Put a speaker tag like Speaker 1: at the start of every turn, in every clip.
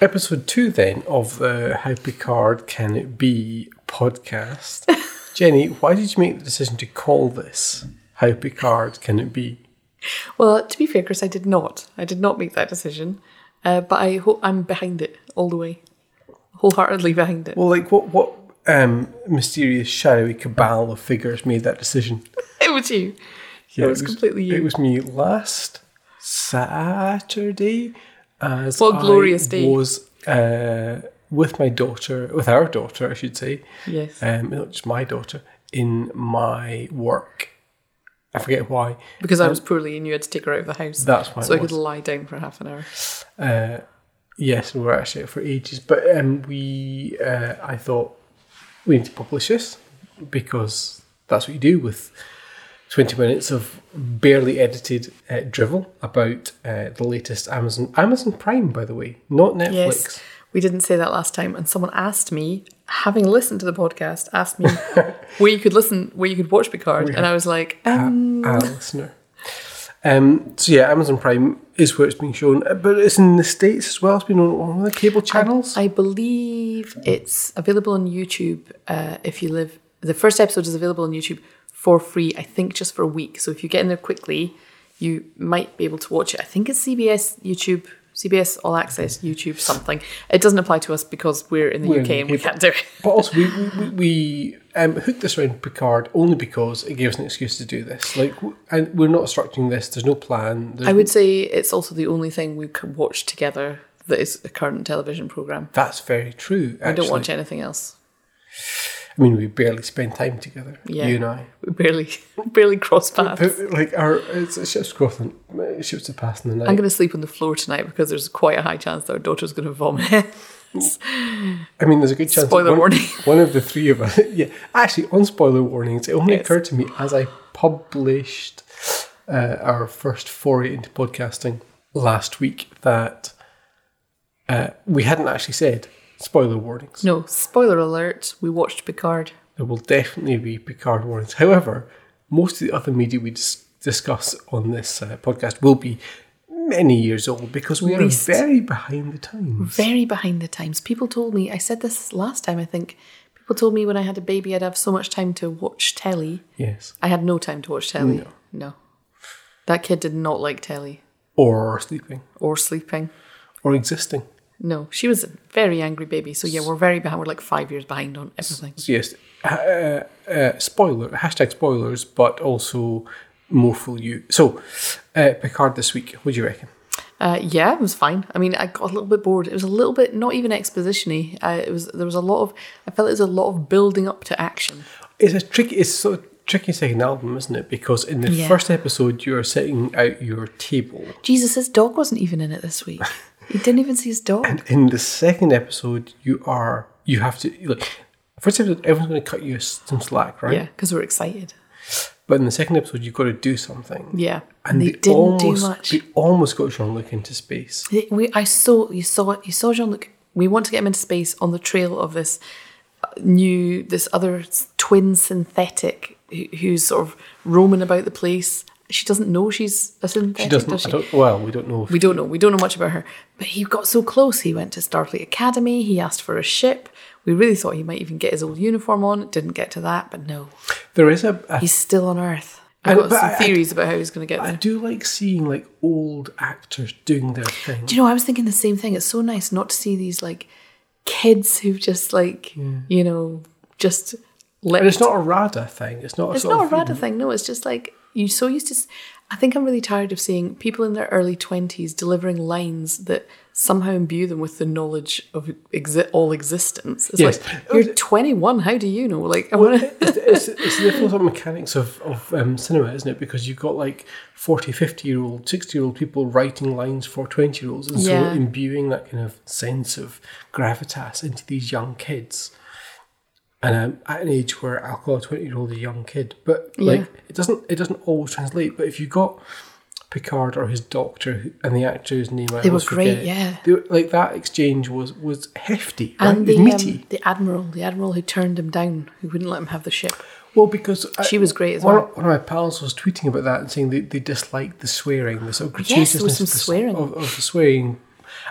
Speaker 1: Episode two, then, of the How Picard Can It Be podcast. Jenny, why did you make the decision to call this How Picard Can It Be?
Speaker 2: Well, to be fair, Chris, I did not. I did not make that decision, uh, but I hope I'm behind it all the way, wholeheartedly behind it.
Speaker 1: Well, like, what, what um, mysterious, shadowy cabal of figures made that decision?
Speaker 2: it was you.
Speaker 1: Yeah,
Speaker 2: it was completely you.
Speaker 1: It was me last Saturday. As
Speaker 2: What a glorious
Speaker 1: I
Speaker 2: day.
Speaker 1: Was uh, with my daughter, with our daughter, I should say.
Speaker 2: yes,
Speaker 1: Um, not just my daughter in my work. I forget why.
Speaker 2: because I was poorly and you had to take her out of the house,
Speaker 1: That's why.
Speaker 2: so I
Speaker 1: it
Speaker 2: could
Speaker 1: was.
Speaker 2: lie down for half an hour.
Speaker 1: Uh, yes, we were actually out for ages, but um, we. Uh, I thought we need to publish this because that's what you do with twenty minutes of barely edited uh, drivel about uh, the latest Amazon Amazon Prime, by the way, not Netflix.
Speaker 2: Yes, we didn't say that last time, and someone asked me, having listened to the podcast, asked me where you could listen, where you could watch Picard, and I was like, um,
Speaker 1: our Ah, listener. Um, so yeah, Amazon Prime is where it's being shown, uh, but it's in the states as well. It's been on one of the cable channels.
Speaker 2: I believe it's available on YouTube uh, if you live. The first episode is available on YouTube for free, I think just for a week. So if you get in there quickly, you might be able to watch it. I think it's CBS YouTube, CBS All Access YouTube something. It doesn't apply to us because we're in the
Speaker 1: We're in
Speaker 2: UK and we
Speaker 1: UK.
Speaker 2: can't do it.
Speaker 1: but also, we we, we, we um, hooked this around Picard only because it gave us an excuse to do this. Like, w- and we're not structuring this. There's no plan. There's,
Speaker 2: I would say it's also the only thing we could watch together that is a current television program.
Speaker 1: that's very true. Actually.
Speaker 2: I don't watch anything else.
Speaker 1: I mean, we barely spend time together.
Speaker 2: Yeah.
Speaker 1: You and I.
Speaker 2: We barely, barely cross paths.
Speaker 1: But, like our it's a ship's growth and uh, ships to pass in the night.
Speaker 2: I'm going to sleep on the floor tonight because there's quite a high chance that our daughter's going to vomit.
Speaker 1: I mean, there's a good chance. that
Speaker 2: Spoiler
Speaker 1: one,
Speaker 2: warning.
Speaker 1: One of the three of us. Yeah, actually, on spoiler warnings, it only
Speaker 2: Yes.
Speaker 1: occurred to me as I published uh, our first foray into podcasting last week that uh, we hadn't actually said spoiler warnings.
Speaker 2: No, spoiler alert, we watched Picard.
Speaker 1: There will definitely be Picard warnings. However, most of the other media we dis- discuss on this uh, podcast will be many years old because we
Speaker 2: Least.
Speaker 1: are very behind the times.
Speaker 2: Very behind the times. People told me, I said this last time, I think. People told me when I had a baby I'd have so much time to watch telly.
Speaker 1: yes.
Speaker 2: I had no time to watch telly. No. That kid did not like telly
Speaker 1: Or sleeping.
Speaker 2: or sleeping.
Speaker 1: Or existing.
Speaker 2: No, she was a very angry baby. So, yeah, we're very behind. We're like five years behind on everything.
Speaker 1: So yes, uh, uh, spoiler hashtag spoilers, but also more for you. So, uh, Picard this week, what do you reckon?
Speaker 2: Uh, yeah, it was fine. I mean, I got a little bit bored. It was a little bit not even expositiony. Uh, it was there was a lot of I felt there was a lot of building up to action.
Speaker 1: It's a tricky, it's sort of tricky second album, isn't it? Because in the
Speaker 2: Yeah.
Speaker 1: first episode, you are setting out your table.
Speaker 2: Jesus, his dog wasn't even in it this week. He didn't even see his dog.
Speaker 1: In the second episode, you are you have to look. First episode, everyone's going to cut you s- some slack, right?
Speaker 2: Yeah, because we're excited.
Speaker 1: But in the second episode, you've got to do something.
Speaker 2: Yeah,
Speaker 1: And
Speaker 2: they,
Speaker 1: they,
Speaker 2: didn't
Speaker 1: almost
Speaker 2: do much.
Speaker 1: they almost got Jean Luc into space.
Speaker 2: They- we, I saw you saw you saw Jean Luc. We want to get him into space on the trail of this uh, new this other s- twin synthetic who, who's sort of roaming about the place. She doesn't know she's a synthetic.
Speaker 1: She doesn't.
Speaker 2: does she?
Speaker 1: I don't, well, we don't know. If,
Speaker 2: We don't know. We don't know much about her. But he got so close. He went to Starfleet Academy. He asked for a ship. We really thought he might even get his old uniform on. Didn't get to that, but no.
Speaker 1: there is a, a
Speaker 2: He's still on Earth.
Speaker 1: I
Speaker 2: I've
Speaker 1: know,
Speaker 2: got
Speaker 1: but
Speaker 2: some
Speaker 1: I- I-
Speaker 2: theories about how he's going to get
Speaker 1: I
Speaker 2: there.
Speaker 1: do like seeing like old actors doing their thing.
Speaker 2: Do you know, I was thinking the same thing. It's so nice not to see these like kids who've just like, you know, just let
Speaker 1: and it's not a RADA thing. It's not. A
Speaker 2: It's
Speaker 1: sort
Speaker 2: not a
Speaker 1: of,
Speaker 2: rather thing. No, it's just like you're so used to. s- I think I'm really tired of seeing people in their early twenties delivering lines that somehow imbue them with the knowledge of exi- all existence. It's
Speaker 1: Yes.
Speaker 2: like you're 21. How do you know? Like I want to.
Speaker 1: it's, it's, it's the sort of mechanics of, of um, cinema, isn't it? Because you've got like 40, 50 year old, 60 year old people writing lines for 20 year olds. And so
Speaker 2: Yeah.
Speaker 1: imbuing that kind of sense of gravitas into these young kids. And um, at an age where I'll call a 20 year old a young kid. But like,
Speaker 2: Yeah.
Speaker 1: it doesn't it doesn't always translate. But if you got Picard or his doctor who- and the actor's name, I
Speaker 2: They were
Speaker 1: always
Speaker 2: great,
Speaker 1: forget,
Speaker 2: yeah.
Speaker 1: they were- like that exchange was was hefty, right?
Speaker 2: And the
Speaker 1: it was meaty.
Speaker 2: um, the admiral, the admiral who turned him down, who wouldn't let him have the ship.
Speaker 1: Well, because I-
Speaker 2: She was great as
Speaker 1: one,
Speaker 2: well.
Speaker 1: one of my pals was tweeting about that and saying they, they disliked the swearing, the sort of
Speaker 2: Yes, there was
Speaker 1: gratuitousness
Speaker 2: some
Speaker 1: of, the,
Speaker 2: swearing.
Speaker 1: Of, of the swearing.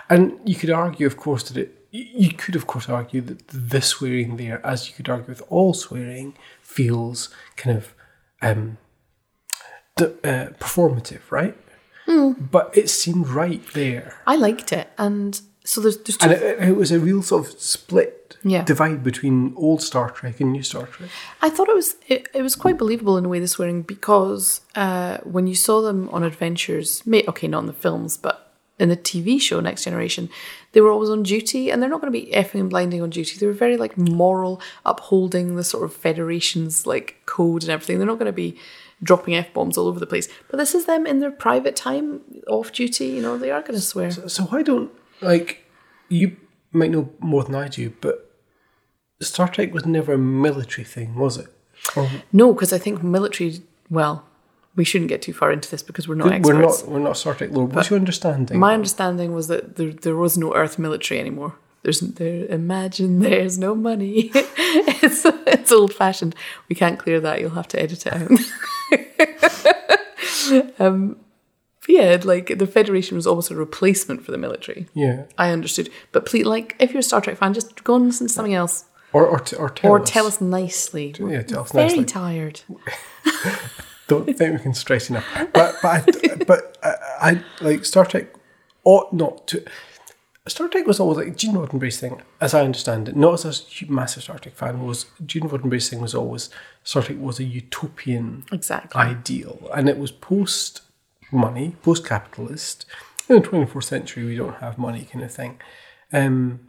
Speaker 1: And you could argue, of course, that it. y- You could, of course, argue that the swearing there, as you could argue with all swearing, feels kind of um, d- uh, performative, right?
Speaker 2: Hmm.
Speaker 1: But it seemed right there
Speaker 2: I liked it, and so there's there's two
Speaker 1: and it, it was a real sort of split
Speaker 2: Yeah.
Speaker 1: divide between old Star Trek and new Star Trek.
Speaker 2: I thought it was it, it was quite believable in a way the swearing because uh, when you saw them on adventures, may, okay, not in the films, but in the TV show Next Generation, they were always on duty, and they're not going to be effing and blinding on duty. They were very like moral, upholding the sort of Federation's like code and everything. They're not going to be dropping f bombs all over the place. But this is them in their private time, off duty. You know, they are going to swear.
Speaker 1: So why don't like you might know more than I do, but Star Trek was never a military thing, was it? Or
Speaker 2: No, because I think military. Well, we shouldn't get too far into this because we're not experts.
Speaker 1: we're not we're not Star Trek lore. What's your understanding?
Speaker 2: My understanding was that there, there was no Earth military anymore. There's there. Imagine there's no money. it's it's old fashioned. We can't clear that. You'll have to edit it out. um, but yeah, like the Federation was almost a replacement for the military.
Speaker 1: yeah,
Speaker 2: I understood, but please, like, if you're a Star Trek fan, just go and listen to something else,
Speaker 1: or or, t- or tell
Speaker 2: or
Speaker 1: us.
Speaker 2: tell us nicely. We're
Speaker 1: Yeah, tell us
Speaker 2: very
Speaker 1: nicely.
Speaker 2: tired.
Speaker 1: Don't think we can stress enough. But but I, but I, I like Star Trek ought not to. Star Trek was always like Gene Roddenberry's thing, as I understand it. Not as a hu- massive Star Trek fan was Gene Roddenberry's thing was always Star Trek was a utopian
Speaker 2: Exactly.
Speaker 1: ideal, and it was post money, post capitalist. In the twenty fourth century, we don't have money, kind of thing. Um,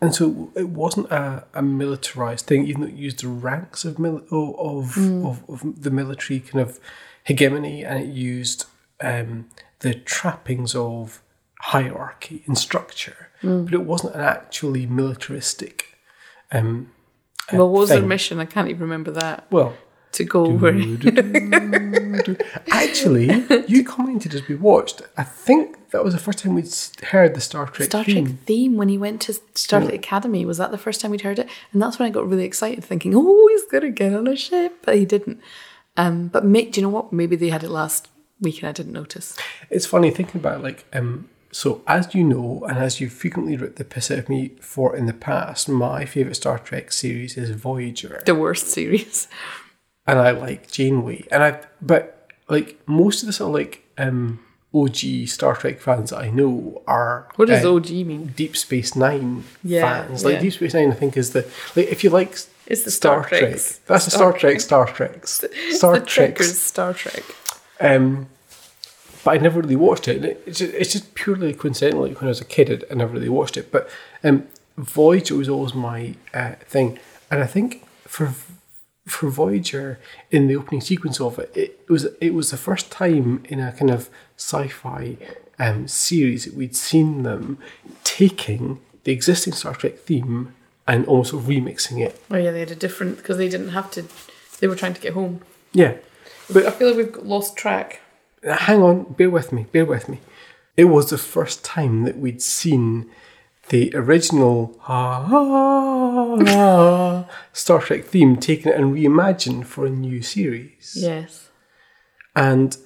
Speaker 1: and so it wasn't a, a militarized thing, even though it used the ranks of mil- o- of,
Speaker 2: Mm.
Speaker 1: of of the military kind of hegemony, and it used um, the trappings of hierarchy and structure,
Speaker 2: Mm.
Speaker 1: but it wasn't an actually militaristic. Um, uh,
Speaker 2: well, what was their
Speaker 1: thing.
Speaker 2: mission? I can't even remember that.
Speaker 1: Well,
Speaker 2: To go where
Speaker 1: Actually, you commented as we watched. I think that was the first time we'd s- heard the Star Trek.
Speaker 2: Star Trek
Speaker 1: theme.
Speaker 2: theme when he went to Star Trek Academy. Was that the first time we'd heard it? And that's when I got really excited, thinking, "Oh, he's gonna get on a ship," but he didn't. Um, but ma- do you know what? Maybe they had it last week and I didn't notice.
Speaker 1: It's funny thinking about it, like um. So as you know, and as you've frequently ripped the piss out of me for in the past, my favorite Star Trek series is Voyager,
Speaker 2: The worst series.
Speaker 1: and I like Janeway, and I but like most of the sort of like um OG Star Trek fans that I know are
Speaker 2: What does
Speaker 1: uh,
Speaker 2: OG mean?
Speaker 1: Deep Space Nine
Speaker 2: Yeah,
Speaker 1: fans. Like
Speaker 2: yeah.
Speaker 1: Deep Space Nine, I think is the like if you like s-
Speaker 2: It's the Star Treks.
Speaker 1: That's the Star Trek, Star Treks, Star
Speaker 2: the Trekkers
Speaker 1: Treks.
Speaker 2: Star Trek.
Speaker 1: Um, but I never really watched it. and it- It's just, it's just purely coincidental. Like when I was a kid, I, I never really watched it. But um, Voyager was always my uh, thing, and I think for for Voyager in the opening sequence of it, it was it was the first time in a kind of sci-fi um, series that we'd seen them taking the existing Star Trek theme and also remixing it.
Speaker 2: Oh yeah, they had a different because they didn't have to. They were trying to get home.
Speaker 1: Yeah,
Speaker 2: I feel like we've got lost track.
Speaker 1: hang on, bear with me, bear with me. It was the first time that we'd seen the original ah, ah, ah, Star Trek theme taken and reimagined for a new series.
Speaker 2: Yes.
Speaker 1: And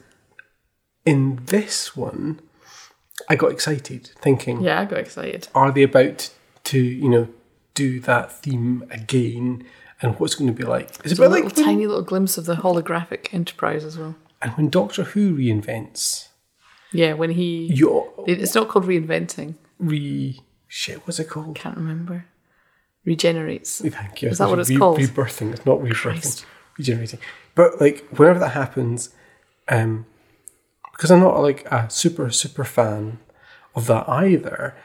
Speaker 1: in this one, I got excited thinking,
Speaker 2: Yeah, I got excited.
Speaker 1: are they about to, you know, do that theme again? And what's going to be like? It's
Speaker 2: A
Speaker 1: about
Speaker 2: little
Speaker 1: like when-
Speaker 2: tiny little glimpse of the holographic Enterprise as well.
Speaker 1: and when Doctor Who reinvents,
Speaker 2: Yeah, when he
Speaker 1: you
Speaker 2: It's not called reinventing.
Speaker 1: re shit. What's it called?
Speaker 2: Can't remember. Regenerates.
Speaker 1: Thank you.
Speaker 2: Is that what it's
Speaker 1: Re-
Speaker 2: called?
Speaker 1: Rebirthing. It's not rebirthing.
Speaker 2: Christ.
Speaker 1: Regenerating. But like whenever that happens, um, because I'm not like a super super fan of that either.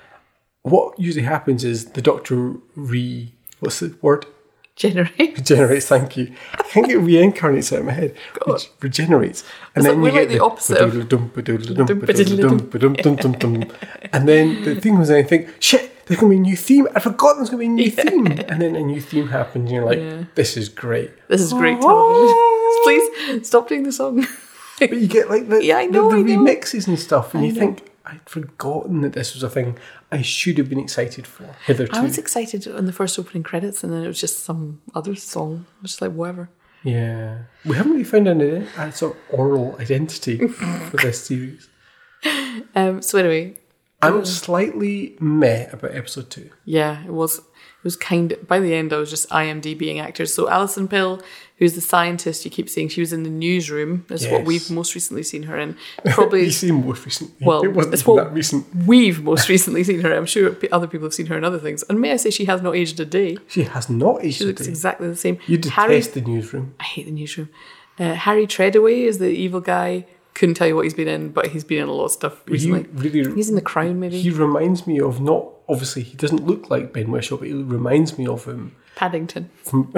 Speaker 1: What usually happens is the Doctor re what's the word
Speaker 2: Generate.
Speaker 1: regenerates. Thank you. I can't get reincarnates out of my head. Reg- regenerates, and
Speaker 2: It's
Speaker 1: then
Speaker 2: like
Speaker 1: you
Speaker 2: we're
Speaker 1: get
Speaker 2: like the opposite of-
Speaker 1: ba-doodle-dum, ba-doodle-dum,
Speaker 2: Dum,
Speaker 1: ba-doodle-dum, ba-doom, dum, dum, dum. and then the thing was, I think, shit, there's gonna be a new theme. I forgot there's gonna be a new theme, and then a new theme happens, and you're like,
Speaker 2: Yeah.
Speaker 1: this is great.
Speaker 2: This is great television.
Speaker 1: but
Speaker 2: Please stop doing the song.
Speaker 1: you get like the,
Speaker 2: Yeah, I
Speaker 1: the-
Speaker 2: know,
Speaker 1: the,
Speaker 2: I know.
Speaker 1: remixes and stuff, and you think. I'd forgotten that this was a thing I should have been excited for hitherto.
Speaker 2: I was excited on the first opening credits, and then it was just some other song. I was just like, whatever.
Speaker 1: Yeah. We haven't really found any uh, sort of oral identity for this series.
Speaker 2: Um, so anyway,
Speaker 1: I'm slightly meh about episode two.
Speaker 2: Yeah, it was. It was kind. by the end, I was just IMD being actors. So Alison Pill, who's the scientist you keep seeing, she was in the newsroom. That's what
Speaker 1: Yes.
Speaker 2: we've most recently seen her in.
Speaker 1: You
Speaker 2: Probably
Speaker 1: see most recently.
Speaker 2: Well,
Speaker 1: it wasn't
Speaker 2: it's
Speaker 1: even
Speaker 2: what-
Speaker 1: that recent.
Speaker 2: we've most recently seen her. I'm sure p- other people have seen her in other things. And may I say, she has not aged a day.
Speaker 1: She has not aged
Speaker 2: She
Speaker 1: a
Speaker 2: looks
Speaker 1: day.
Speaker 2: exactly the same.
Speaker 1: You detest
Speaker 2: Harry,
Speaker 1: the newsroom.
Speaker 2: I hate the newsroom. Uh, Harry Treadaway is the evil guy. Couldn't tell you what he's been in, but he's been in a lot of stuff recently.
Speaker 1: You really
Speaker 2: he's in The Crown, maybe.
Speaker 1: He reminds me of not obviously he doesn't look like Ben Whishaw, but he reminds me of him
Speaker 2: Paddington.
Speaker 1: from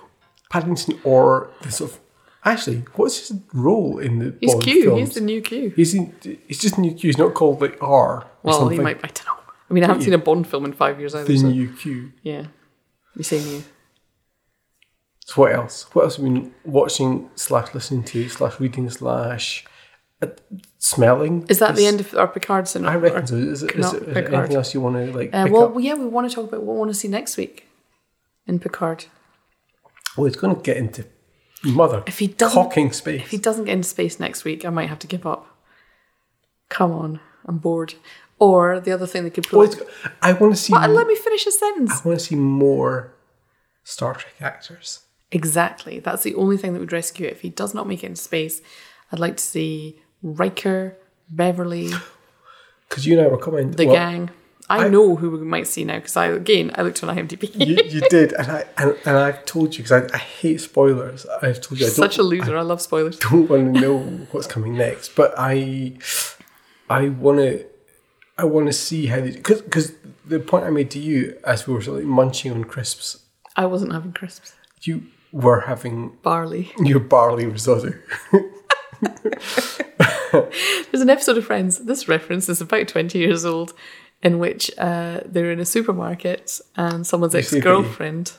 Speaker 1: Paddington or the sort of actually what's his role in the
Speaker 2: He's
Speaker 1: Bond
Speaker 2: Q.
Speaker 1: films?
Speaker 2: He's the new Q.
Speaker 1: He's in, he's just new Q. He's not called like R. Or
Speaker 2: Well,
Speaker 1: something.
Speaker 2: he might. I don't know. I mean, I haven't seen a Bond film in five years either.
Speaker 1: the
Speaker 2: So.
Speaker 1: new Q.
Speaker 2: Yeah, you say new.
Speaker 1: So what else? What else have we been watching slash listening to slash reading slash uh, smelling?
Speaker 2: Is that the
Speaker 1: It's-
Speaker 2: end of our Picard
Speaker 1: I
Speaker 2: synopsis?
Speaker 1: reckon so. Is, it, is,
Speaker 2: not
Speaker 1: it, is it
Speaker 2: Picard.
Speaker 1: anything else you want to like?
Speaker 2: Uh,
Speaker 1: pick
Speaker 2: well,
Speaker 1: up?
Speaker 2: we- yeah, we want to talk about what we want to see next week in Picard.
Speaker 1: Well, it's going to get into mother
Speaker 2: If he doesn't-
Speaker 1: cocking space.
Speaker 2: If he doesn't get into space next week, I might have to give up. Come on, I'm bored. Or the other thing they could
Speaker 1: Well,
Speaker 2: put.
Speaker 1: it's, I want to see.
Speaker 2: But let me finish a sentence.
Speaker 1: I want to see more Star Trek actors.
Speaker 2: Exactly. That's the only thing that would rescue it. If he does not make it into space, I'd like to see Riker, Beverly,
Speaker 1: Because you and I were commenting.
Speaker 2: the
Speaker 1: well,
Speaker 2: gang. I, know who we might see now because I again I looked on IMDb.
Speaker 1: You, you did, and I and, and I've told you because I, I hate spoilers. I've told you I don't,
Speaker 2: Such a loser. I, love spoilers.
Speaker 1: don't want to know what's coming next, but I I want to I want to see how they because because the point I made to you as we were sort of like munching on crisps,
Speaker 2: I wasn't having crisps.
Speaker 1: you were having
Speaker 2: Barley.
Speaker 1: your barley risotto.
Speaker 2: There's an episode of Friends. This reference is about 20 years old, in which uh, they're in a supermarket and someone's
Speaker 1: You see
Speaker 2: ex
Speaker 1: the-
Speaker 2: girlfriend.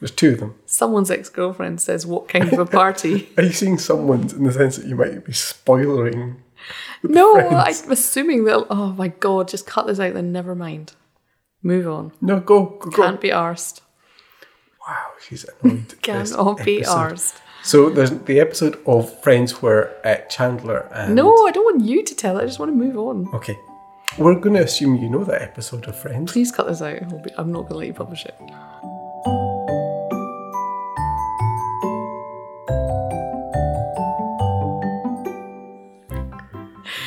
Speaker 1: There's two of them.
Speaker 2: Someone's ex girlfriend says, "What kind of a party?"
Speaker 1: Are you seeing someone's in the sense that you might be spoilering?
Speaker 2: no, I'm assuming that. Oh my god! Just cut this out. Then never mind. Move on.
Speaker 1: No, go go go.
Speaker 2: Can't be arsed.
Speaker 1: Wow, she's annoyed. this
Speaker 2: Cannot be
Speaker 1: episode.
Speaker 2: arsed.
Speaker 1: So there's the episode of Friends where uh, Chandler and
Speaker 2: No, I don't want you to tell it. I just want to move on.
Speaker 1: Okay, we're going to assume you know that episode of Friends.
Speaker 2: Please cut this out. I'll be- I'm not going to let you publish it.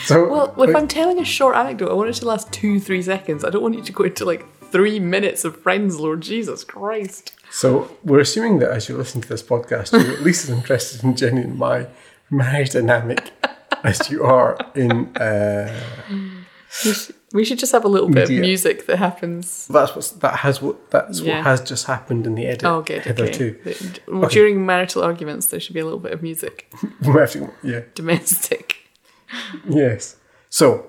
Speaker 1: So
Speaker 2: Well, if I'm telling a short anecdote, I want it to last two, three seconds. I don't want you to go into like three minutes of Friends, Lord Jesus Christ.
Speaker 1: so we're assuming that as you listen to this podcast, you're at least as interested in Jenny and my marriage dynamic as you are in. Uh,
Speaker 2: We sh- we should just have a little bit of
Speaker 1: Media.
Speaker 2: music that happens.
Speaker 1: that's what's that has what that's
Speaker 2: Yeah.
Speaker 1: what has just happened in the edit.
Speaker 2: Oh, good. Okay.
Speaker 1: Hitherto,
Speaker 2: The- well, During marital arguments, there should be a little bit of music.
Speaker 1: We have to- yeah.
Speaker 2: Domestic.
Speaker 1: Yes. So,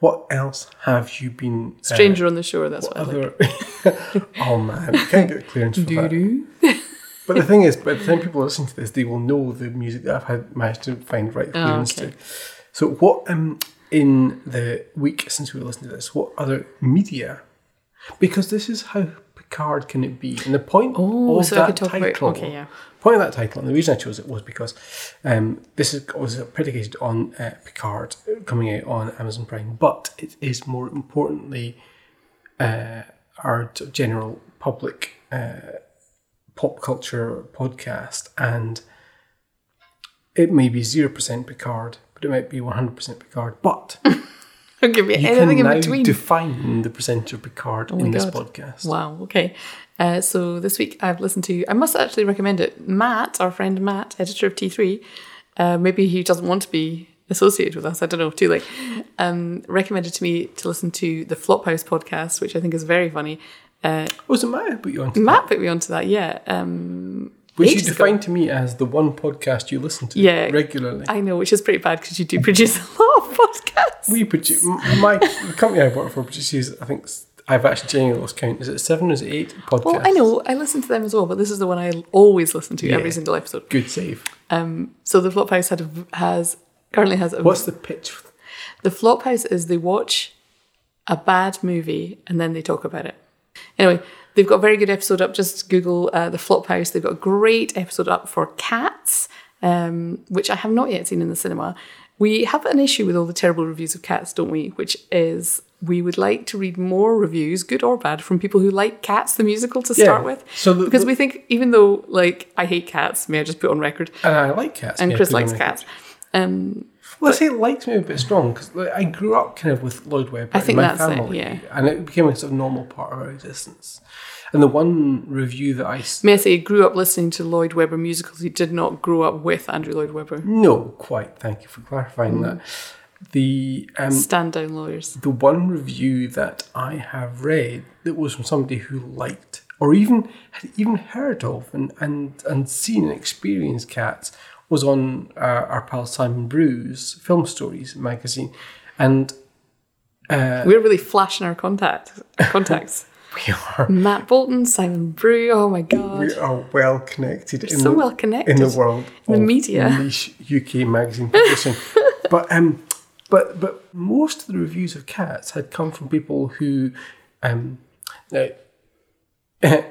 Speaker 1: what else have you been? uh,
Speaker 2: Stranger on the Shore, that's what, I like.
Speaker 1: other. oh man, you can't get clearance for that.
Speaker 2: Doo-doo.
Speaker 1: But the thing is, by the time people listen to this, they will know the music that I've had managed to find right clearance
Speaker 2: Ah, okay.
Speaker 1: to. So, what um in the week since we listened to this, what other media? Because this is how Picard can it be, and the point
Speaker 2: Oh,
Speaker 1: of
Speaker 2: so I
Speaker 1: that
Speaker 2: could talk about-
Speaker 1: title.
Speaker 2: okay, yeah.
Speaker 1: Point of that title, and the reason I chose it was because um, this is was predicated on uh, Picard coming out on Amazon Prime, but it is more importantly uh, our t- general public pop culture podcast, and it may be zero percent Picard, but it might be one hundred percent Picard. But
Speaker 2: Don't give me
Speaker 1: you
Speaker 2: anything
Speaker 1: can
Speaker 2: in
Speaker 1: now
Speaker 2: between. Oh
Speaker 1: define the percentage of Picard
Speaker 2: my
Speaker 1: in this
Speaker 2: God.
Speaker 1: podcast.
Speaker 2: Wow. Okay. Uh, so this week I've listened to. I must actually recommend it. Matt, our friend Matt, editor of T three. Uh, maybe he doesn't want to be associated with us. I don't know. Too late. Um, recommended to me to listen to the Flophouse podcast, which I think is very funny. Uh,
Speaker 1: Was it Matt who put you onto that?
Speaker 2: Matt put me onto that. Yeah. Um,
Speaker 1: Which you
Speaker 2: ages ago.
Speaker 1: defined to me as the one podcast you listen to
Speaker 2: Yeah.
Speaker 1: regularly.
Speaker 2: I know, which is pretty bad because you do produce a lot of podcasts.
Speaker 1: we produce my the company I work for produces. I think s- I've actually genuinely lost count. Is it seven? Is it eight podcasts?
Speaker 2: well, I know. I listen to them as well, but this is the one I always listen to every
Speaker 1: Yeah.
Speaker 2: single episode.
Speaker 1: Good save.
Speaker 2: So the Flophouse had a, has currently has a
Speaker 1: What's the pitch? for-
Speaker 2: The Flophouse is they watch a bad movie and then they talk about it. Anyway, they've got a very good episode up. Just Google uh, the Flophouse. They've got a great episode up for Cats, um, which I have not yet seen in the cinema. We have an issue with all the terrible reviews of Cats, don't we? Which is we would like to read more reviews, good or bad, from people who like Cats the musical to
Speaker 1: Yeah.
Speaker 2: start with.
Speaker 1: So the-
Speaker 2: because
Speaker 1: the-
Speaker 2: we think, even though like I hate cats, may I just put on record?
Speaker 1: And I like cats.
Speaker 2: And
Speaker 1: yeah,
Speaker 2: Chris
Speaker 1: people
Speaker 2: likes
Speaker 1: like-
Speaker 2: cats. Um,
Speaker 1: Well, I say it likes me a bit strong because like, I grew up kind of with Lloyd Webber.
Speaker 2: I think
Speaker 1: in my
Speaker 2: that's it,
Speaker 1: family,
Speaker 2: yeah.
Speaker 1: And it became a sort of normal part of our existence. And the one review that I s-
Speaker 2: may I say, grew up listening to Lloyd Webber musicals. He did not grow up with Andrew Lloyd Webber.
Speaker 1: no quite thank you for clarifying
Speaker 2: Mm.
Speaker 1: that. The um,
Speaker 2: Stand down lawyers.
Speaker 1: the one review that I have read that was from somebody who liked or even had even heard of and and, and seen and experienced cats was on uh, our pal Simon Brew's Film Stories magazine, and
Speaker 2: We're really flashing our contact contacts.
Speaker 1: we are
Speaker 2: Matt Bolton, Simon Brew. Oh my god,
Speaker 1: we are well connected in
Speaker 2: so
Speaker 1: the,
Speaker 2: well connected
Speaker 1: in the world
Speaker 2: in the
Speaker 1: of
Speaker 2: media.
Speaker 1: niche UK magazine publishing. but um, but but most of the reviews of cats had come from people who um, now, who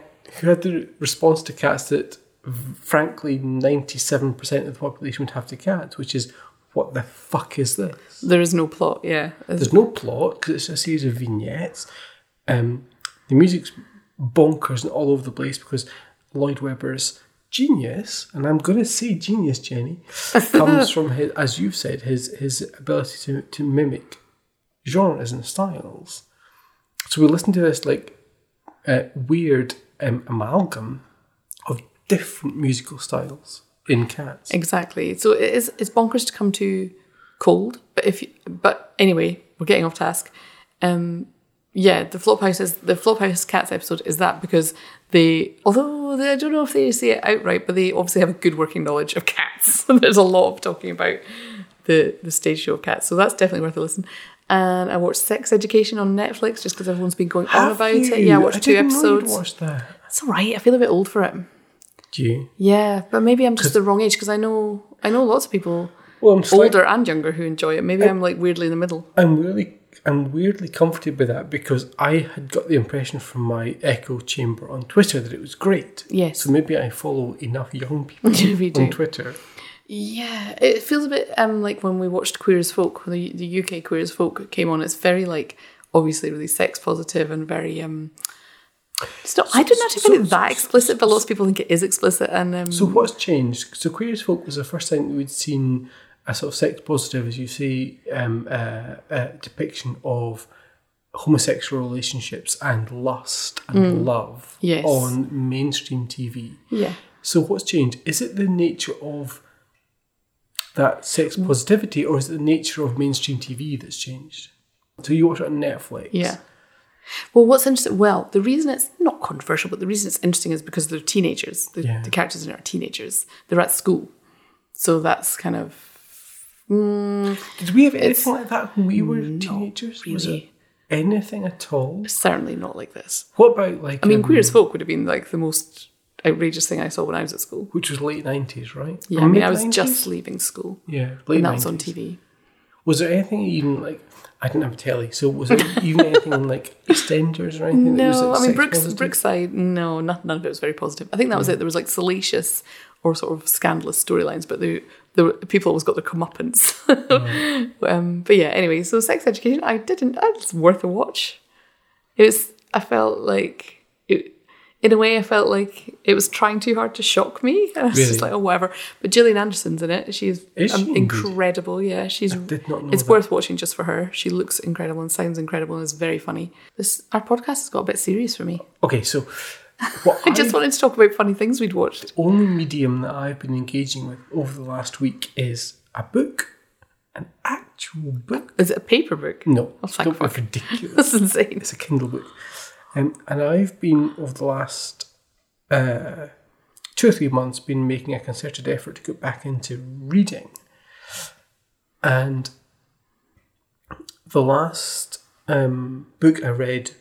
Speaker 1: had the response to cats that frankly 97% of the population would have to cats which is what the fuck is this
Speaker 2: There is no plot. Yeah,
Speaker 1: there's no plot because it's a series of vignettes. Um, the music's bonkers and all over the place because Lloyd Webber's genius, and I'm going to say genius, Jenny, comes from his, as you've said, his his ability to to mimic genres and styles. So we listen to this like uh, weird um, amalgam of different musical styles in Cats.
Speaker 2: exactly. So it is. It's bonkers to come to cold, but if you, but anyway, we're getting off task. Um, yeah, the Flophouse is the Flophouse Cats episode is that because they, although they, I don't know if they say it outright, but they obviously have a good working knowledge of cats. There's a lot of talking about the the stage show of cats, so that's definitely worth a listen. And I watched Sex Education on Netflix just because everyone's been going on
Speaker 1: Have
Speaker 2: about it.
Speaker 1: you?
Speaker 2: Yeah, I watched two
Speaker 1: didn't know you'd
Speaker 2: episodes.
Speaker 1: watched that.
Speaker 2: It's all right. I feel a bit old for it.
Speaker 1: Do you?
Speaker 2: Yeah, but maybe I'm just the wrong age because I know I know lots of people
Speaker 1: Well, I'm just like-
Speaker 2: older and younger who enjoy it. Maybe I'm like weirdly in the middle.
Speaker 1: I'm really I'm weirdly comforted by that because I had got the impression from my echo chamber on Twitter that it was great.
Speaker 2: Yes.
Speaker 1: So maybe I follow enough young people
Speaker 2: We do.
Speaker 1: on Twitter.
Speaker 2: Yeah, it feels a bit um like when we watched Queer as Folk, when the, the UK Queer as Folk came on. It's very like obviously really sex positive and very um. It's not, I don't know if
Speaker 1: so-
Speaker 2: find it that explicit, but lots of people think it is explicit. And um,
Speaker 1: So what's changed? So Queer as Folk was the first time that we'd seen a sort of sex positive, as you say, um, uh, uh, depiction of homosexual relationships and lust and love
Speaker 2: Mm. Yes.
Speaker 1: on mainstream TV.
Speaker 2: yeah,
Speaker 1: So what's changed? Is it the nature of that sex positivity, or is it the nature of mainstream TV that's changed? So you watch it on Netflix.
Speaker 2: Yeah. Well, what's interesting? Well, the reason it's not controversial, but the reason it's interesting is because they're teenagers. The,
Speaker 1: Yeah.
Speaker 2: the characters in it are teenagers. They're at school, so that's kind of
Speaker 1: Did we have anything like that when we were teenagers? Was it
Speaker 2: really
Speaker 1: anything at all?
Speaker 2: certainly not like this.
Speaker 1: What about like
Speaker 2: I mean,
Speaker 1: um,
Speaker 2: Queer as Folk would have been like the most outrageous thing I saw when I was at school.
Speaker 1: which was late nineties, right?
Speaker 2: Yeah,
Speaker 1: Or
Speaker 2: I mean, I was
Speaker 1: mid-nineties?
Speaker 2: just leaving school,
Speaker 1: yeah late
Speaker 2: and that was on
Speaker 1: 90s.
Speaker 2: TV.
Speaker 1: Was there anything even like? I didn't have a telly, so was there even anything in like EastEnders or anything? that was,
Speaker 2: No,
Speaker 1: like,
Speaker 2: I mean
Speaker 1: sex
Speaker 2: Brooks,
Speaker 1: positive?
Speaker 2: Brookside. No, not, none of it was very positive. I think that was it. There was like salacious or sort of scandalous storylines, but the the people always got their comeuppance. um, but yeah, anyway, so sex education, I didn't. It's worth a watch. It was. I felt like it. In a way, I felt like it was trying too hard to shock me. And I was
Speaker 1: Really?
Speaker 2: just like, oh, whatever. But Gillian Anderson's in it. She's
Speaker 1: Is she
Speaker 2: um,
Speaker 1: indeed?
Speaker 2: incredible. Yeah, she's.
Speaker 1: did not know
Speaker 2: It's
Speaker 1: that.
Speaker 2: worth watching just for her. She looks incredible and sounds incredible and is very funny. This our podcast has got a bit serious for me.
Speaker 1: Okay, so what
Speaker 2: I just wanted to talk about funny things we'd watched.
Speaker 1: only medium that I've been engaging with over the last week is a book, an actual book.
Speaker 2: Is it a paper book?
Speaker 1: No,
Speaker 2: Oh, thank
Speaker 1: don't be
Speaker 2: fuck.
Speaker 1: ridiculous.
Speaker 2: That's insane.
Speaker 1: It's a Kindle book, um, and I've been over the last uh, two or three months been making a concerted effort to get back into reading, and the last um, book I read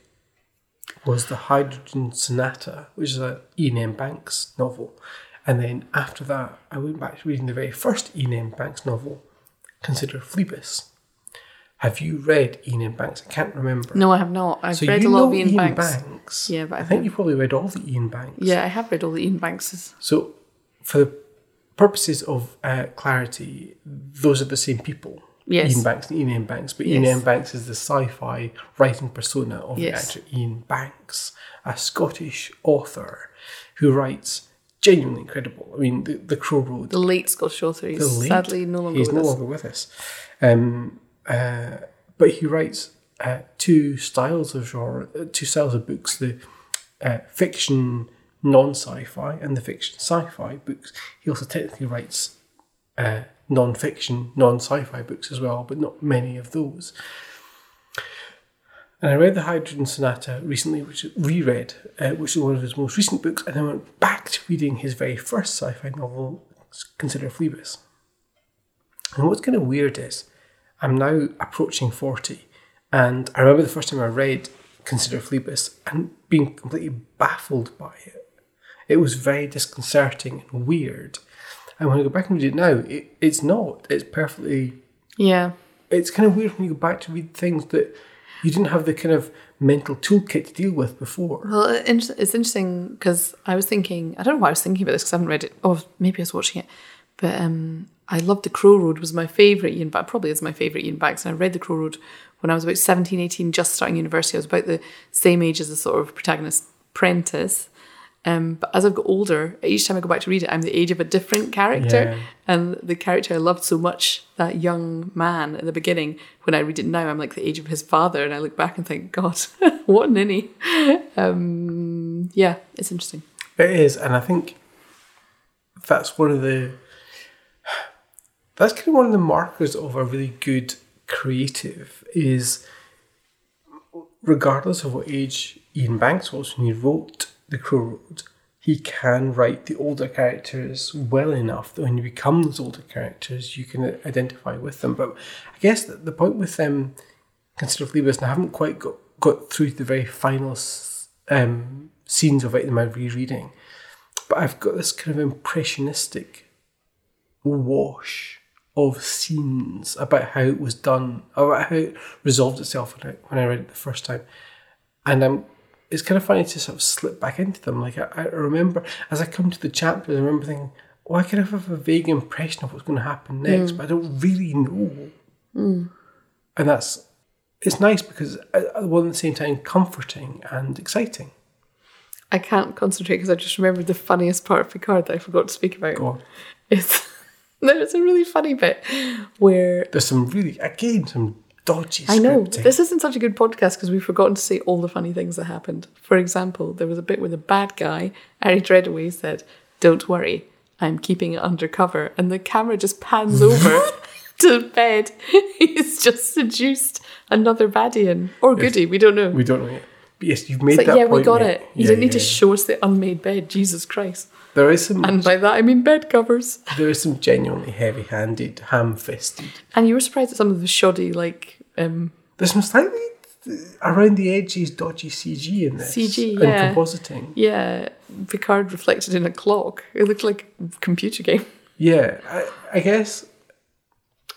Speaker 1: was the Hydrogen Sonata, which is an Ian M. Banks novel. And then after that, E I went back to reading the very first Ian M. Banks novel, Consider Phlebas. Have you read Ian Banks? I can't remember.
Speaker 2: No, I have not. I've read a lot of Ian, Banks. Yeah, but I
Speaker 1: I think
Speaker 2: haven't-
Speaker 1: you've probably read all the Ian Banks.
Speaker 2: Yeah, I have read all the Ian Bankses.
Speaker 1: So, for the purposes of uh, clarity, those are the same people.
Speaker 2: Yes.
Speaker 1: Ian Banks and Ian M. Banks, but Ian
Speaker 2: Yes.
Speaker 1: M. Banks is the sci-fi writing persona of
Speaker 2: Yes.
Speaker 1: the actor Ian Banks, a Scottish author who writes genuinely incredible. I mean, The, the Crow Road
Speaker 2: The late Scottish author. He's
Speaker 1: the lead.
Speaker 2: sadly no longer
Speaker 1: He's
Speaker 2: with
Speaker 1: no
Speaker 2: us.
Speaker 1: longer with us. Um, uh, but he writes uh, two styles of genre, uh, two styles of books: the uh, fiction non-sci-fi and the fiction sci-fi books. He also technically writes uh, non-fiction non-sci-fi books as well, but not many of those. And I read the Hydrogen Sonata recently, which reread, uh, which is one of his most recent books, and I went back to reading his very first sci-fi novel, Consider Phoebus. And what's kind of weird is I'm now approaching 40, and I remember the first time I read Consider Phlebas and being completely baffled by it. It was very disconcerting and weird. And when I go back and read it now, it, it's not. It's perfectly.
Speaker 2: Yeah.
Speaker 1: It's kind of weird when you go back to read things that you didn't have the kind of mental toolkit to deal with before.
Speaker 2: Well, it inter- it's interesting because I was thinking, I don't know why I was thinking about this because I haven't read it. Oh, maybe I was watching it. But um, I loved The Crow Road was my favourite Ian Back, probably is my favourite Ian Bax. And I read The Crow Road when I was about 17, 18, just starting university. I was about the same age as the sort of protagonist Prentice. Um, but as I've got older, each time I go back to read it, I'm the age of a different character.
Speaker 1: Yeah.
Speaker 2: And the character I loved so much, that young man at the beginning, when I read it now, I'm like the age of his father. And I look back and think, God, what a ninny. Um, yeah, it's interesting.
Speaker 1: It is, and I think that's one of the that's kind of one of the markers of a really good creative is regardless of what age Ian Banks was when he wrote The Crow Road, he can write the older characters well enough that when you become those older characters, you can identify with them. But I guess that the point with um, them, consider Phlebas, and I haven't quite got, got through to the very final s- um, scenes of it in my rereading, but I've got this kind of impressionistic wash of scenes about how it was done, about how it resolved itself when I, when I read it the first time. And um, it's kind of funny to sort of slip back into them. Like, I, I remember as I come to the chapters, I remember thinking, oh, I kind of have a vague impression of what's going to happen next, but I don't really know. And that's, it's nice because uh, at one at the same time comforting and exciting.
Speaker 2: I can't concentrate because I just remembered the funniest part of Picard that I forgot to speak about.
Speaker 1: Go on.
Speaker 2: It's, there's a really funny bit where
Speaker 1: There's some really, again, some dodgy
Speaker 2: I know.
Speaker 1: scripting.
Speaker 2: This isn't such a good podcast because we've forgotten to say all the funny things that happened. For example, there was a bit where the bad guy, Harry Dreadaway, said, Don't worry, I'm keeping it undercover. And the camera just pans over to the bed. He's just seduced another Badian or goody, we don't know.
Speaker 1: We don't know yet. But yes, you've made
Speaker 2: It's
Speaker 1: that
Speaker 2: like, yeah,
Speaker 1: point.
Speaker 2: we got
Speaker 1: mate.
Speaker 2: it. You
Speaker 1: Yeah,
Speaker 2: didn't need
Speaker 1: yeah,
Speaker 2: to
Speaker 1: yeah.
Speaker 2: show us the unmade bed, Jesus Christ.
Speaker 1: There is some.
Speaker 2: And by that, I mean bed covers.
Speaker 1: there is some genuinely heavy-handed, ham-fisted.
Speaker 2: And you were surprised at some of the shoddy, like, um,
Speaker 1: There's some slightly uh, around the edges, dodgy CG in this.
Speaker 2: CG,
Speaker 1: and
Speaker 2: yeah.
Speaker 1: compositing.
Speaker 2: yeah, Picard reflected in a clock. It looked like a computer game.
Speaker 1: Yeah, I, I guess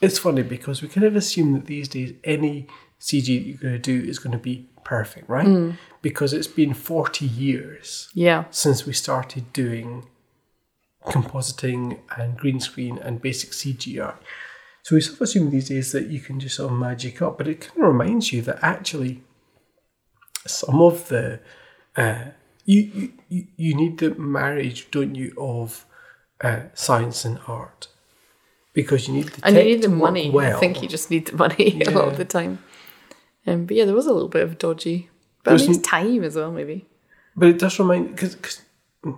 Speaker 1: it's funny because we kind of assume that these days any CG that you're going to do is going to be perfect, right?
Speaker 2: Mm.
Speaker 1: Because it's been 40 years
Speaker 2: Yeah.
Speaker 1: since we started doing compositing and green screen and basic CGI. So we sort of assume these days that you can just sort of magic up, but it kind of reminds you that actually some of the uh, you, you- you you need the marriage, don't you, of uh, science and art because you need the
Speaker 2: And you
Speaker 1: tech
Speaker 2: need the
Speaker 1: to work
Speaker 2: money.
Speaker 1: Well.
Speaker 2: I think you just need the money a lot of
Speaker 1: Yeah.
Speaker 2: the time. Um, but yeah, there was a little bit of dodgy. But I
Speaker 1: There's
Speaker 2: mean, it's time as well, maybe.
Speaker 1: But it does remind because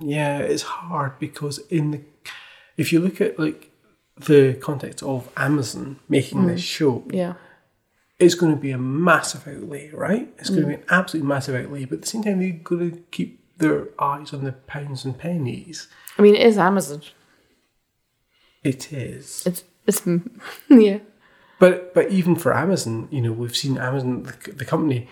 Speaker 1: yeah, it's hard because in the if you look at like the context of Amazon making this show,
Speaker 2: Yeah.
Speaker 1: it's going to be a massive outlay, right? It's going to be an absolute massive outlay. But at the same time, they're going to keep their eyes on the pounds and pennies.
Speaker 2: I mean, it is Amazon.
Speaker 1: It is.
Speaker 2: It's, it's yeah.
Speaker 1: But but even for Amazon, you know, we've seen Amazon, the, the company,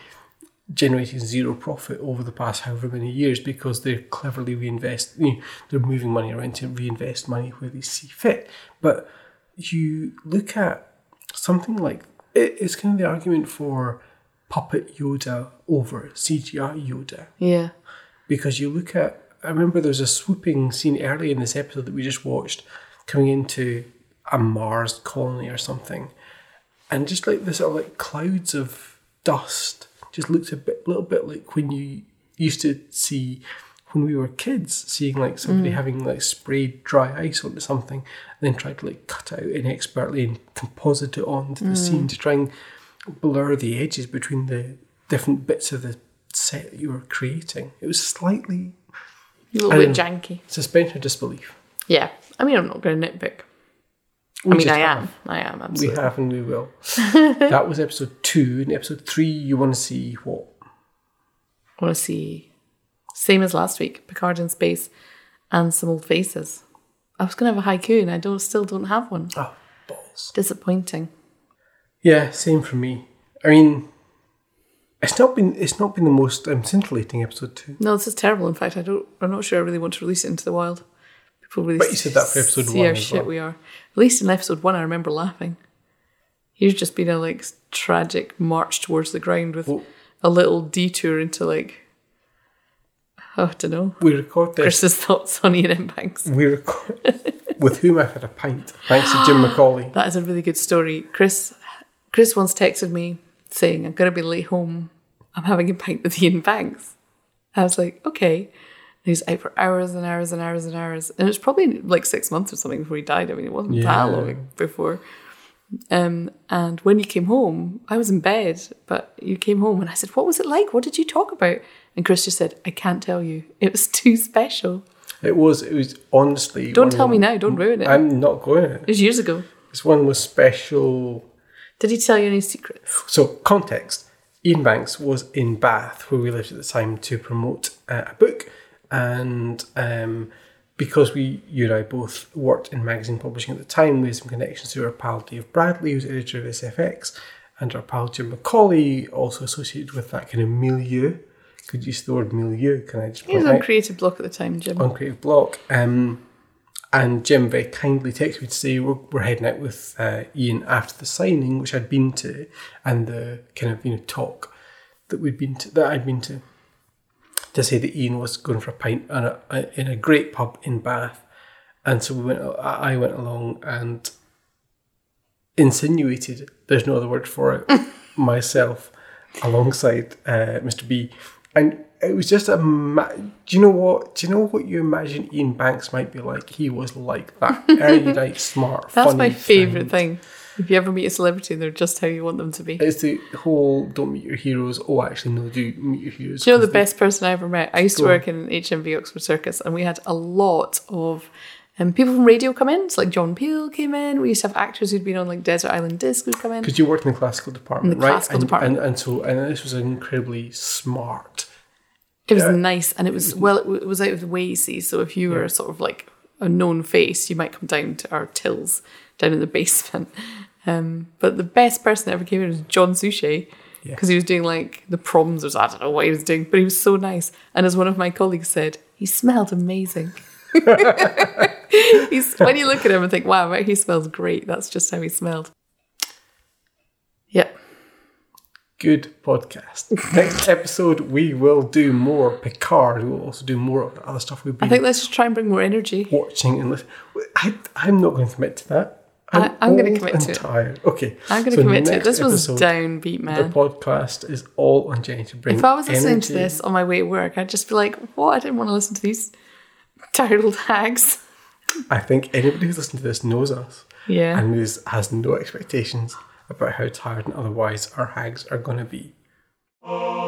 Speaker 1: generating zero profit over the past however many years because they're cleverly reinvest. You know, they're moving money around to reinvest money where they see fit. But you look at something like it- it's kind of the argument for puppet Yoda over CGI Yoda
Speaker 2: Yeah.
Speaker 1: because you look at I remember there's a swooping scene early in this episode that we just watched coming into a Mars colony or something. And just like the sort of like clouds of dust just looks a bit little bit like when you used to see when we were kids, seeing like somebody
Speaker 2: Mm.
Speaker 1: having like sprayed dry ice onto something and then tried to like cut it out inexpertly and composite it onto the
Speaker 2: Mm.
Speaker 1: scene to try and blur the edges between the different bits of the set that you were creating. It was slightly
Speaker 2: A little bit janky.
Speaker 1: suspension of disbelief.
Speaker 2: Yeah. I mean, I'm not going to nitpick.
Speaker 1: We
Speaker 2: I mean,
Speaker 1: just
Speaker 2: I
Speaker 1: have.
Speaker 2: am. I am,
Speaker 1: We
Speaker 2: absolutely.
Speaker 1: have and we will. that was episode two. In episode three, you want to see what?
Speaker 2: I want to see, same as last week, Picard in space and some old faces. I was going to have a haiku and I don't still don't have one.
Speaker 1: Oh, balls.
Speaker 2: Disappointing.
Speaker 1: Yeah, same for me. I mean, it's not been it's not been the most um, scintillating episode two.
Speaker 2: No, this is terrible. In fact, I don't. I'm not sure I really want to release it into the wild. People really.
Speaker 1: But you said that for episode
Speaker 2: see
Speaker 1: one
Speaker 2: how
Speaker 1: as
Speaker 2: shit
Speaker 1: well.
Speaker 2: we are. At least in episode one, I remember laughing. Here's just been a like s- tragic march towards the ground with
Speaker 1: Well-
Speaker 2: a little detour into like. Oh, I don't know.
Speaker 1: We record this.
Speaker 2: Chris's thoughts on Ian and Banks.
Speaker 1: We record with whom I've had a pint. Thanks to Jim McCauley.
Speaker 2: That is a really good story. Chris, Chris once texted me saying, "I'm gonna be late home. I'm having a pint with Ian Banks." I was like, "Okay." And he was out for hours and hours and hours and hours, and it was probably like six months or something before he died. I mean, it wasn't
Speaker 1: Yeah.
Speaker 2: that long before. Um, and when you came home, I was in bed, but you came home, and I said, "What was it like? What did you talk about?" And Chris just said, "I can't tell you. It was too special.
Speaker 1: It was it was honestly.
Speaker 2: Don't
Speaker 1: one
Speaker 2: tell
Speaker 1: of
Speaker 2: me
Speaker 1: the-
Speaker 2: now. Don't ruin it."
Speaker 1: I'm not going. to.
Speaker 2: it was years ago.
Speaker 1: It's one of the most special
Speaker 2: Did he tell you any secrets?
Speaker 1: So, context Ian Banks was in Bath, where we lived at the time, to promote uh, a book. And um, because we, you and I both worked in magazine publishing at the time, we had some connections to our pal Dave Bradley, who's editor of SFX, and our pal Jim McCauley, also associated with that kind of milieu. Could you use the word milieu? Can I just
Speaker 2: He was
Speaker 1: point
Speaker 2: on
Speaker 1: out?
Speaker 2: creative block at the time, Jim.
Speaker 1: on Creative Block. Um, and Jim very kindly texted me to say we're, we're heading out with uh, Ian after the signing, which I'd been to, and the kind of you know talk that we'd been to, that I'd been to, to say that Ian was going for a pint in a, a- in a great pub in Bath, and so we went. I I went along and insinuated. There's no other word for it. myself, alongside uh, Mr. B, and it was just a. Ma- Do you know what? Do you know what you imagine Ian Banks might be like? He was like that erudite, smart.
Speaker 2: That's
Speaker 1: funny
Speaker 2: my
Speaker 1: friend.
Speaker 2: favourite thing. If you ever meet a celebrity and they're just how you want them to be.
Speaker 1: It's the whole "don't meet your heroes." Oh, actually, no, do meet your heroes.
Speaker 2: Do you know the
Speaker 1: 'cause they-
Speaker 2: best person I ever met? I used to
Speaker 1: Go on.
Speaker 2: work in HMV Oxford Circus and we had a lot of um, people from radio come in. So like John Peel came in. We used to have actors who'd been on like Desert Island Disc who'd come in.
Speaker 1: Because you worked in the classical department,
Speaker 2: the
Speaker 1: right?
Speaker 2: classical
Speaker 1: and,
Speaker 2: department.
Speaker 1: and and so and this was an incredibly smart.
Speaker 2: It was nice and it was,
Speaker 1: Mm-hmm.
Speaker 2: well, it, w- it was out of the way, you see. So if you were sort of like a known face, you might come down to our tills down in the basement. Um, but the best person that ever came in was John Suchet
Speaker 1: Yeah.
Speaker 2: because he was doing like the proms or something. I don't know what he was doing, but he was so nice. And as one of my colleagues said, he smelled amazing. He's, when you look at him and think, wow, right, he smells great. That's just how he smelled. Yep.
Speaker 1: Good podcast. Next episode, we will do more Picard. We will also do more of the other stuff we've
Speaker 2: I
Speaker 1: been
Speaker 2: think let's just try and bring more energy.
Speaker 1: watching and listening. I, I'm not going to commit to that.
Speaker 2: I- I'm gonna
Speaker 1: old
Speaker 2: commit
Speaker 1: and
Speaker 2: to it.
Speaker 1: tired. Okay.
Speaker 2: I'm going to
Speaker 1: so
Speaker 2: commit to it.
Speaker 1: next
Speaker 2: This was
Speaker 1: episode,
Speaker 2: downbeat,
Speaker 1: The
Speaker 2: man.
Speaker 1: podcast is all on Jane to bring
Speaker 2: If I was listening
Speaker 1: energy.
Speaker 2: to this on my way to work, I'd just be like, what? I didn't want to listen to these tired old hags.
Speaker 1: I think anybody who's listened to this knows us
Speaker 2: Yeah.
Speaker 1: and is, has no expectations about how tired and otherwise our hags are going to be.
Speaker 3: Oh